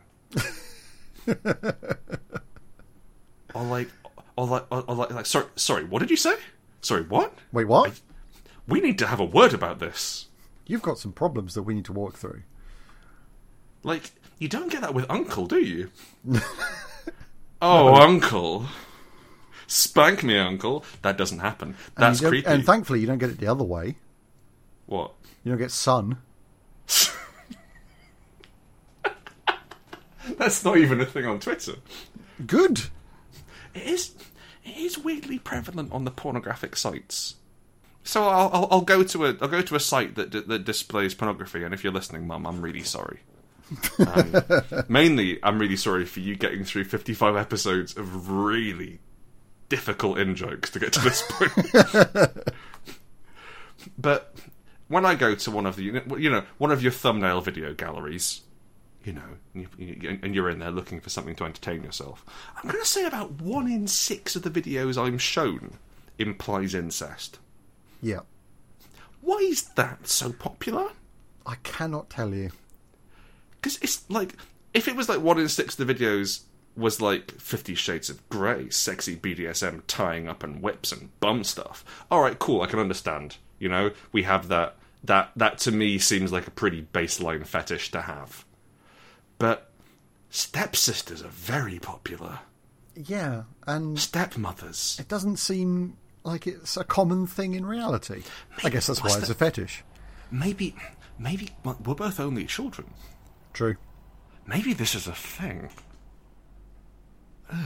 or like, or like, or or like, like, sorry, sorry, what did you say? Sorry, what? Wait, what? We need to have a word about this. You've got some problems that we need to walk through. Like, you don't get that with Uncle, do you? oh, Uncle. Spank me, uncle. That doesn't happen. And That's you don't- creepy. And thankfully, you don't get it the other way. what? You don't get sun. That's not even a thing on Twitter. Good. It is. It is weirdly prevalent on the pornographic sites. So I'll, I'll, I'll go to a I'll go to a site that d- that displays pornography. And if you're listening, Mum, I'm really sorry. Um, mainly, I'm really sorry for you getting through 55 episodes of really difficult in jokes to get to this point. but when I go to one of the you know one of your thumbnail video galleries, you know, and, you, and you're in there looking for something to entertain yourself. I'm going to say about one in six of the videos I'm shown implies incest. Yeah. Why is that so popular? I cannot tell you. Because it's like, if it was like one in six of the videos was like Fifty Shades of Grey, sexy BDSM tying up and whips and bum stuff. All right, cool, I can understand. You know, we have that. That that to me seems like a pretty baseline fetish to have. But stepsisters are very popular. Yeah, and stepmothers. it doesn't seem like it's a common thing in reality. I guess that's why what's it's a fetish. Maybe, maybe we're both only children. True. Maybe this is a thing.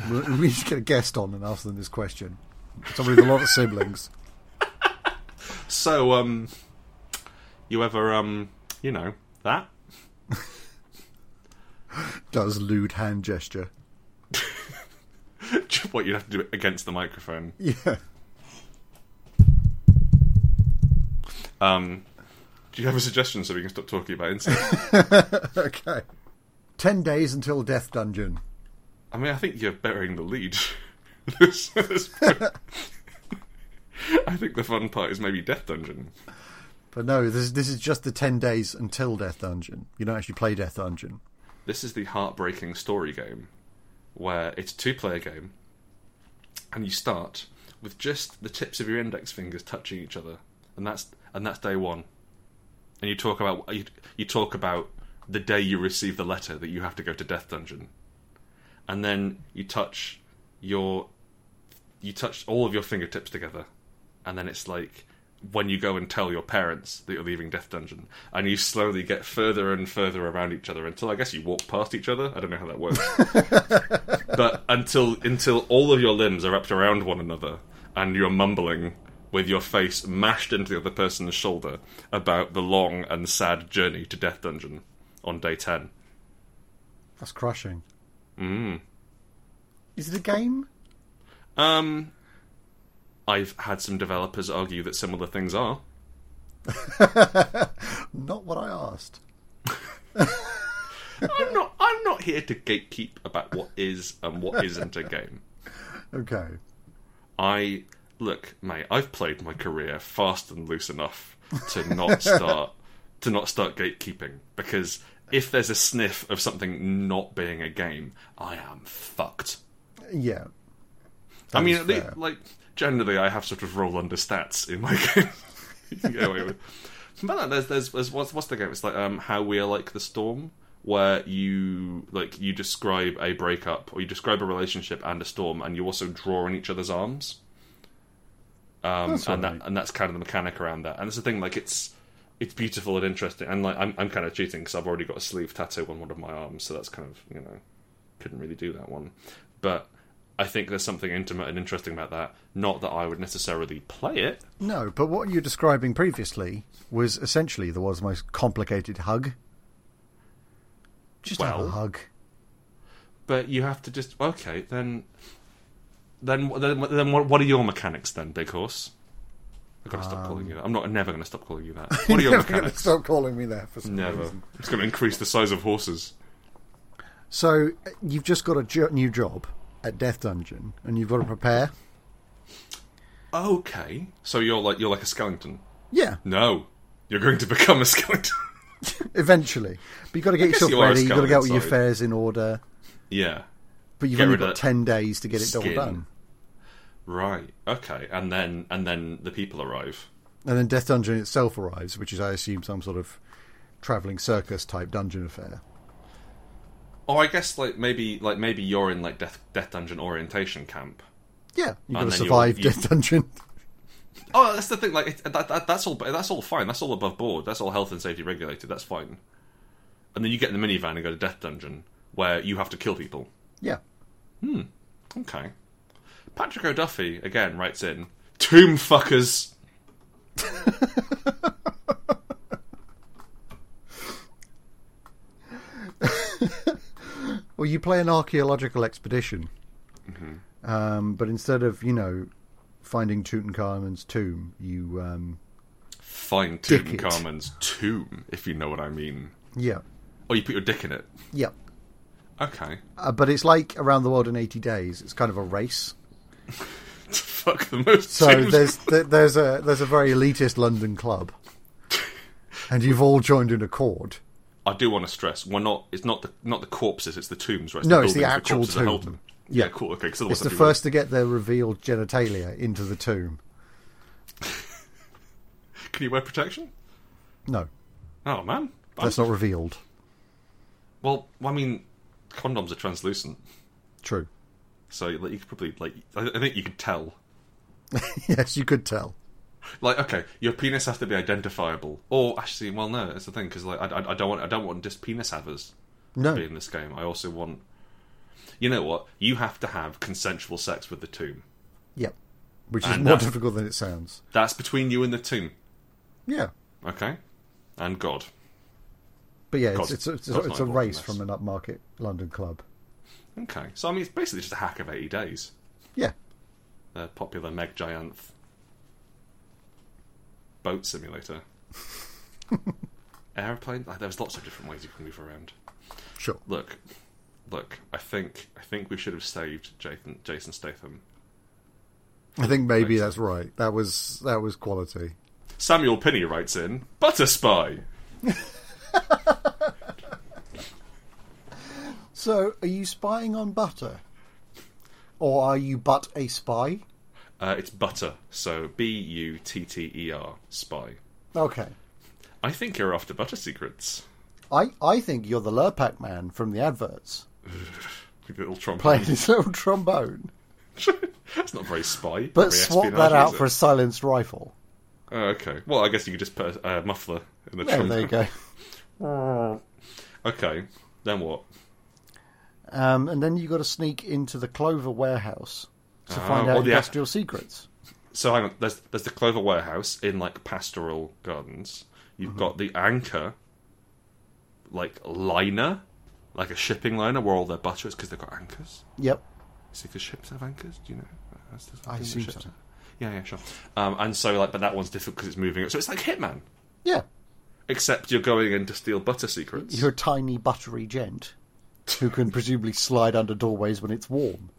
We we need to get a guest on and ask them this question. Somebody with a lot of siblings. So, um, you ever, um, you know, that? Does lewd hand gesture. what you'd have to do against the microphone. Yeah. Um, do you have a suggestion so we can stop talking about insects? okay. Ten days until Death Dungeon. I mean, I think you're burying the lead. This- this- I think the fun part is maybe Death Dungeon. But no, this, this is just the ten days until Death Dungeon. You don't actually play Death Dungeon. This is the heartbreaking story game where it's a two player game and you start with just the tips of your index fingers touching each other and that's and that's day 1. And you talk about you, you talk about the day you receive the letter that you have to go to death dungeon. And then you touch your you touch all of your fingertips together and then it's like when you go and tell your parents that you're leaving Death Dungeon, and you slowly get further and further around each other until I guess you walk past each other. I don't know how that works, but until until all of your limbs are wrapped around one another, and you're mumbling with your face mashed into the other person's shoulder about the long and sad journey to Death Dungeon on day ten. That's crushing. Mm. Is it a game? Um, I've had some developers argue that similar things are. Not what I asked. I'm not. I'm not here to gatekeep about what is and what isn't a game. Okay. I look, mate. I've played my career fast and loose enough to not start to not start gatekeeping because if there's a sniff of something not being a game, I am fucked. Yeah. I mean, is at least, fair. like generally, I have sort of roll under stats in my game. you can get away with. But no, there's, there's there's what's what's the game? It's like um, how we are like the storm, where you like you describe a breakup or you describe a relationship and a storm, and you also draw in each other's arms. Um, That's and alright. that and that's kind of the mechanic around that. And it's the thing, like it's it's beautiful and interesting. And like I'm I'm kind of cheating because I've already got a sleeve tattoo on one of my arms, so that's kind of you know couldn't really do that one. But I think there's something intimate and interesting about that. Not that I would necessarily play it. No, but what you're describing previously was essentially the world's most complicated hug. Just have a Well- hug. but you have to just okay then then then, then what, what are your mechanics then big horse i've got to stop calling you that i'm not never going to stop calling you that what are your You're Um. never going to mechanics stop calling me that for some never reason. it's going to increase the size of horses So uh, you've just got a jo- new job at Death Dungeon, and you've got to prepare. okay so you're like you're like a skeleton Yeah, no you're going to become a skeleton eventually. But you've got to get guess yourself you are a ready. You've got to get all your skeleton, affairs in order. yeah But you've Get only rid of got that ten days to get it all skin. done. right okay and then and then the people arrive And then Death Dungeon itself arrives, which is, I assume, some sort of travelling circus type dungeon affair. Oh, or i guess like maybe like maybe you're in like death death dungeon orientation camp Yeah, you've got And to then you'll- survive you- Death Dungeon. Oh, that's the thing. Like it, that, that, that's all. That's all fine. That's all above board. That's all health and safety regulated. That's fine. And then you get in the minivan and go to Death Dungeon, where you have to kill people. Yeah. Okay. Patrick O'Duffy again writes in Tomb fuckers. Well, you play an archaeological expedition, um, but instead of you know finding Tutankhamun's tomb, you um, Find Dick it. Tutankhamun's tomb, if you know what I mean. yeah, Or you put your dick in it. yeah. Okay. Uh, but it's like around the world in eighty days. It's kind of a race. Fuck the most. So tombs. there's there- there's a there's a very elitist London club, and you've all joined in a chord. I do want to stress we're not. It's not the not the corpses. It's the tombs. Right? No, it's the buildings actual corpses that held tomb. them. Yeah, cool. Okay, because It's the first to get their revealed genitalia into the tomb. Can you wear protection? No, Oh man, I'm- that's not revealed. Well, I mean, condoms are translucent, True. so like, you could probably like. I I think you could tell. Yes, you could tell. Like, okay, your penis has to be identifiable, or actually, well, no, that's the thing because like, I, I, I don't want, I don't want just penis havers to be No. in this game. I also want, you know what? You have to have consensual sex with the tomb. Yep. Which is And more that- difficult than it sounds. That's between you and the tomb, Yeah. okay, and God. But yeah, it's God, it's, God's it's, it's not a involved in race this. from an upmarket London club. Okay, so I mean, it's basically just a hack of eighty days. Yeah. The popular Meg Gianth boat simulator. Airplane. Like, there was lots of different ways you can move around. Sure. Look, look. I think I think we should have saved Jason Jason Statham. I think maybe that's right. That was that was quality. Samuel Pinney writes in Butter Spy. So, are you spying on butter? Or are you but a spy? Uh, it's butter, so B U T T E R spy. Okay. I think you're after butter secrets. I, I think you're the Lurpak man from the adverts, With your little trombone. playing his little trombone. That's not very spy. very But swap espionage, that out is for a it? silenced rifle. Oh, okay. Well, I guess you could just put a uh, muffler in the There, trombone. there you go. Okay, then what? Um, and then you got to sneak into the Clover warehouse to Ah, find well, out yeah. industrial secrets. So hang on. There's there's the Clover Warehouse in like pastoral gardens. You've Mm-hmm. got the Anchor, like liner, like a shipping liner where all their butter is because they've got anchors. Yep. Is it 'cause ships have anchors? Do you know? That's the I thing that assume ships so. have. Yeah, yeah, sure. Um, and so like, but that one's different because it's moving. So it's like Hitman, Yeah. except you're going in to steal butter secrets. You're a tiny, buttery gent who can presumably slide under doorways when it's warm.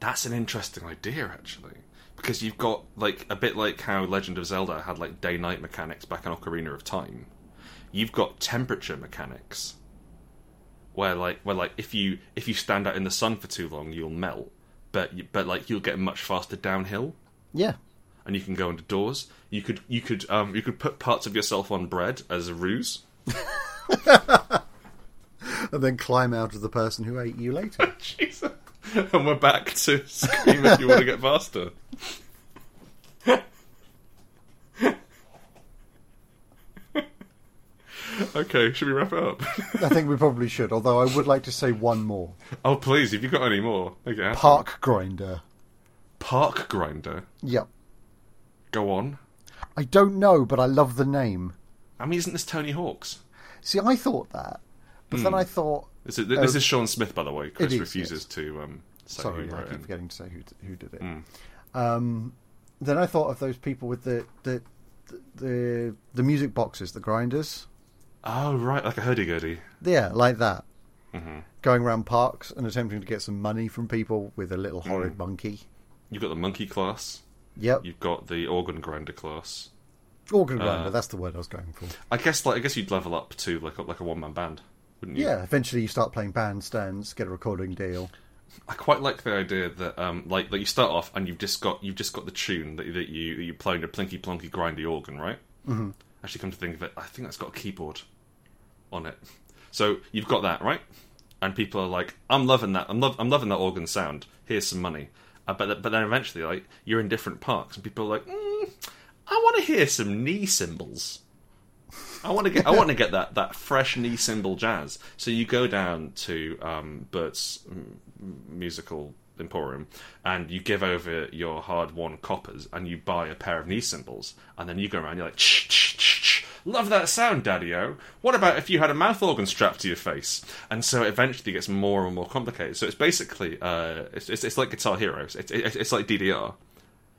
That's an interesting idea, actually, because you've got like a bit like how Legend of Zelda had like day-night mechanics back in Ocarina of Time. You've got temperature mechanics, where like where like if you if you stand out in the sun for too long, you'll melt, but you, but like you'll get much faster downhill, Yeah. and you can go under doors. You could you could um you could put parts of yourself on bread as a ruse. And then climb out of the person who ate you later. Jesus. And we're back to scream if you want to get faster. okay, should we wrap it up? I think we probably should, although I would like to say one more. oh, please, if you've got any more, make it happen. Park grinder. Park Grinder. Yep. Go on. I don't know, but I love the name. I mean, isn't this Tony Hawk's? See, I thought that, but then I thought, This is, this is Sean Smith, by the way. Chris Oh. It is, refuses to um, say sorry, Hmm. who I wrote keep it. forgetting to say who who did it. Um, then I thought of those people with the the the, the music boxes, the grinders. Oh, right, like a hurdy-gurdy. Yeah, like that. Mm-hmm. Going around parks and attempting to get some money from people with a little Mm. horrid monkey. You've got the monkey class. Yep. You've got the organ grinder class. Organ uh, grinder, that's the word I was going for. I guess like I guess you'd level up to like a, like a one man band, wouldn't you? Yeah, eventually you start playing bandstands, get a recording deal. I quite like the idea that um like that you start off and you've just got you've just got the tune that, that you that you play on your plinky plonky grindy organ, right? Mm-hmm. Actually, come to think of it, I think that's got a keyboard on it. So you've got that right, and people are like, "I'm loving that. I'm lov- I'm loving that organ sound. Here's some money." Uh, but but then eventually, like you're in different parks, and people are like, mm, I want to hear some knee cymbals. I want to get I want to get that that fresh knee cymbal jazz. So you go down to um, Bert's mm, musical emporium and you give over your hard won coppers and you buy a pair of knee cymbals and then you go around you're like ch ch ch ch love that sound daddy o what about if you had a mouth organ strapped to your face and so it eventually gets more and more complicated so it's basically uh it's it's, it's like guitar heroes it's it's, it's like ddr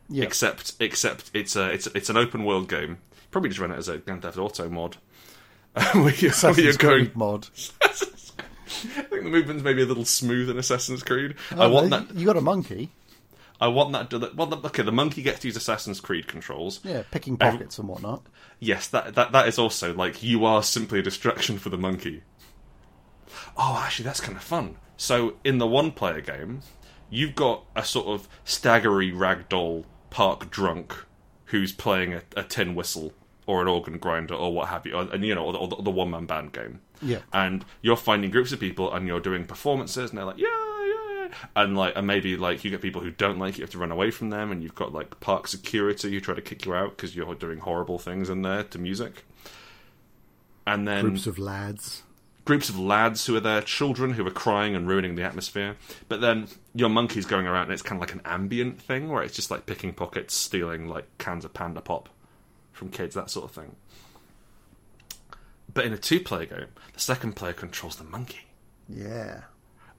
Yeah. except except it's a it's it's an open world game probably just run it as a grand theft auto mod where you're, where you're Assassin's going Creed mod. I think the movement's maybe a little smooth in Assassin's Creed. Oh, I want that. You got a monkey. I want that. deli- Well, the, okay, the monkey gets to use Assassin's Creed controls. Yeah, picking pockets and whatnot. Yes, that, that that is also like you are simply a distraction for the monkey. Oh, actually, that's kind of fun. So in the one-player game, you've got a sort of staggery ragdoll park drunk who's playing a, a tin whistle or an organ grinder or what have you, or, and you know, or, the- or the, the one-man band game Yeah. and you're finding groups of people and you're doing performances and they're like yeah yeah and like and maybe like you get people who don't like it you have to run away from them and you've got like park security who try to kick you out because you're doing horrible things in there to music and then Groups of lads. groups of lads who are there, children who are crying and ruining the atmosphere. But then your monkey's going around and it's kind of like an ambient thing where it's just like picking pockets, stealing like cans of Panda Pop from kids, that sort of thing. But in a two player game, the second player controls the monkey Yeah.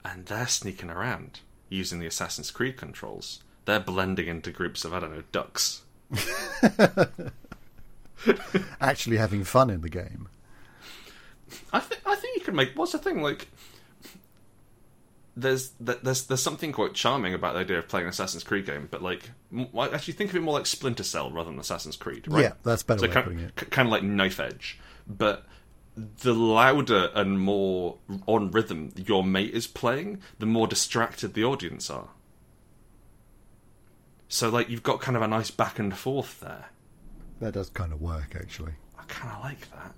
and they're sneaking around using the Assassin's Creed controls. They're blending into groups of, I don't know, ducks. Actually having fun in the game. I think I think you can make. What's the thing like? There's th- there's there's something quite charming about the idea of playing an Assassin's Creed game, but like m- I actually think of it more like Splinter Cell rather than Assassin's Creed, right? Yeah, that's a better so way of kind, putting it. kind of like knife edge, but the louder and more on rhythm your mate is playing, the more distracted the audience are. So like you've got kind of a nice back and forth there. That does kind of work, actually. I kind of like that.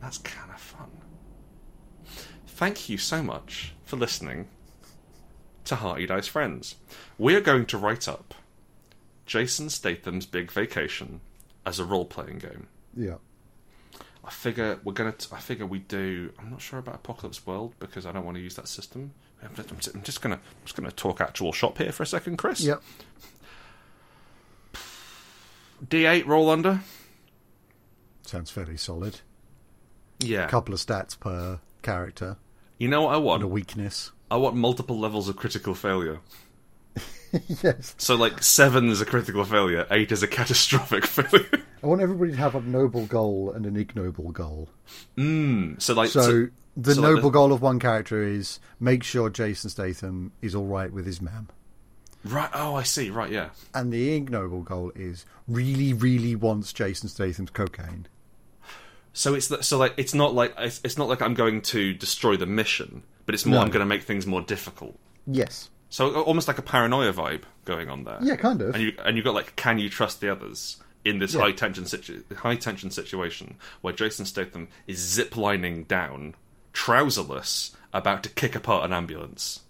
That's kind of fun. Thank you so much for listening to Hearty Dice Friends. We are going to write up Jason Statham's Big Vacation as a role playing game. Yeah. I figure we're gonna. T- I figure we do. I'm not sure about Apocalypse World because I don't want to use that system. I'm just, I'm just- I'm just gonna I'm just gonna talk actual shop here for a second, Chris. Yep. D8 roll under. Sounds fairly solid. Yeah. A couple of stats per character You know what I and a want? weakness. I want multiple levels of critical failure. yes. So like seven is a critical failure, eight is a catastrophic failure. I want everybody to have a noble goal and an ignoble goal. Mm, so like So, so, the so like noble the- goal of one character is make sure Jason Statham is all right with his mam. right. Oh, I see. Right. Yeah. And the ignoble goal is really, really wants Jason Statham's cocaine. So it's the- so like it's not like it's, it's not like I'm going to destroy the mission, but it's more No. I'm going to make things more difficult. Yes. So a- almost like a paranoia vibe going on there. Yeah, kind of. And you and you got like, can you trust the others in this Yeah. high tension situ- high tension situation where Jason Statham is ziplining down, trouserless, about to kick apart an ambulance.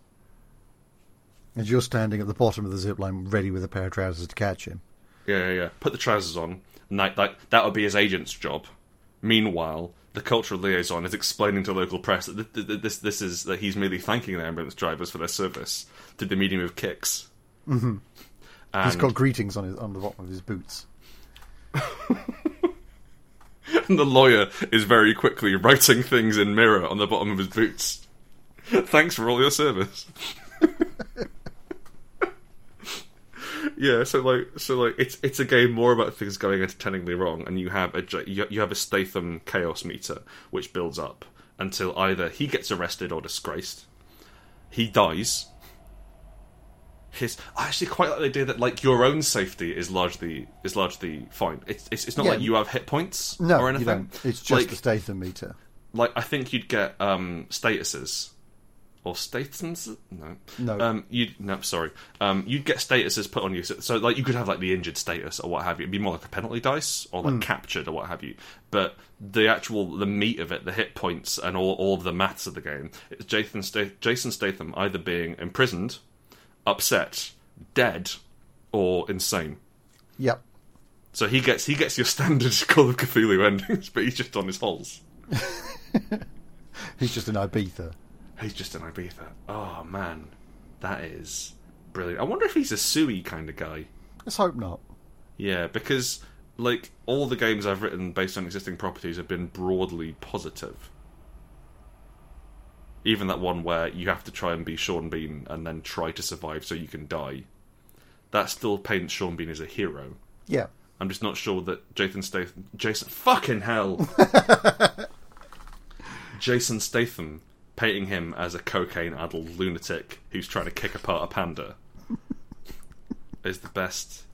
And you're standing at the bottom of the zip line, ready with a pair of trousers to catch him. Yeah, yeah, yeah. Put the trousers on. And that, that, that would be his agent's job. Meanwhile, the cultural liaison is explaining to local press that th- th- th- this, this is that he's merely thanking the ambulance drivers for their service through the medium of kicks. He's got greetings on his on the bottom of his boots. And the lawyer is very quickly writing things in mirror on the bottom of his boots. Thanks for all your service. yeah, so like, so like, it's it's a game more about things going entertainingly wrong, and you have a J- you you have a Statham chaos meter which builds up until either he gets arrested or disgraced, he dies. His, I actually quite like the idea that like your own safety is largely is largely fine. It's it's, it's not Yeah. like you have hit points No, or you anything. don't. It's just like, the Statham meter. like I think you'd get um statuses or statins. No, No. Um, you no, sorry. Um, you'd get statuses put on you. So, so, like you could have like the injured status or what have you. It'd be more like a penalty dice or Hmm. like captured or what have you. But the actual the meat of it, the hit points and all all of the maths of the game, it's Jason Stath- Jason Statham either being imprisoned, upset, dead or insane. Yep. So he gets he gets your standard Call of Cthulhu endings, but he's just on his holes. He's just an Ibiza. He's just an Ibiza. Oh man, that is brilliant. I wonder if he's a Sui kind of guy. Let's hope not. Yeah, because like all the games I've written based on existing properties have been broadly positive. Even that one where you have to try and be Sean Bean and then try to survive so you can die. That still paints Sean Bean as a hero. Yeah. I'm just not sure that Jason Statham. Jason. Fucking hell! Jason Statham painting him as a cocaine addled lunatic who's trying to kick apart a panda is the best.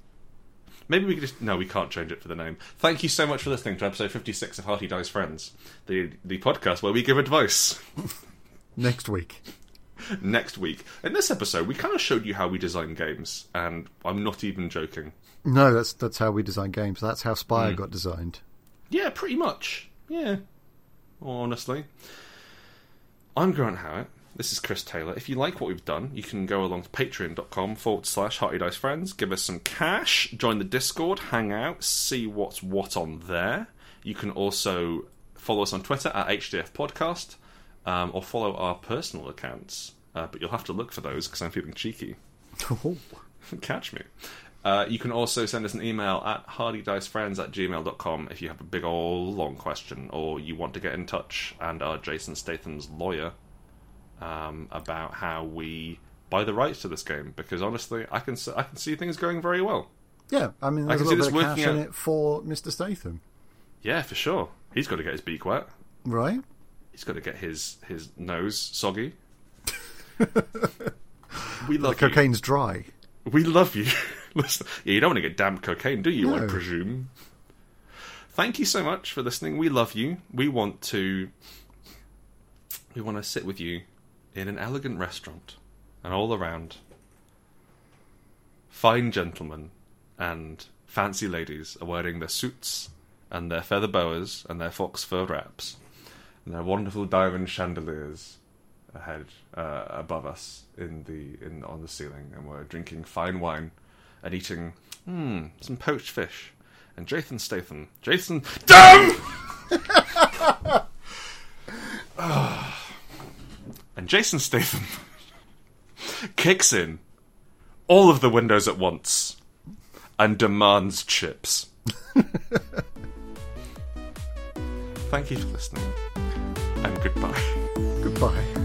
Maybe we could just. No, we can't change it for the name. Thank you so much for listening to episode 56 of Hearty Dies Friends, the, the podcast where we give advice. Next week. Next week, in this episode, we kind of showed you how we design games, and I'm not even joking. No, that's that's how we design games. That's how Spire got designed. Yeah, pretty much. Yeah. Honestly. I'm Grant Howard. This is Chris Taylor. If you like what we've done, you can go along to patreon.com forward slash hearty dice friends, give us some cash, join the Discord, hang out, see what's what on there. You can also follow us on Twitter at HDF Podcast um, or follow our personal accounts, uh, but you'll have to look for those because I'm feeling cheeky catch me. Uh, you can also send us an email at hardydicefriends at gmail.com if you have a big old long question or you want to get in touch and are Jason Statham's lawyer um, about how we buy the rights to this game because honestly, I can, s- I can see things going very well. yeah, I mean, there's can a see little bit this of cash working in out. it for Mr. Statham, Yeah, for sure. He's got to get his beak wet. right? He's got to get his, his nose soggy. we love you. Cocaine's dry. We love you. Listen, yeah, you don't want to get damp cocaine, do you? I No. presume. Thank you so much for listening. We love you. We want to. We want to sit with you in an elegant restaurant, and all around, fine gentlemen and fancy ladies are wearing their suits and their feather boas and their fox fur wraps and their wonderful diamond chandeliers ahead uh, above us in the in on the ceiling, and we're drinking fine wine and eating hmm, some poached fish. And Jason Statham, Jason, damn! Ah. and Jason Statham kicks in all of the windows at once and demands chips. Thank you for listening, and goodbye. Goodbye.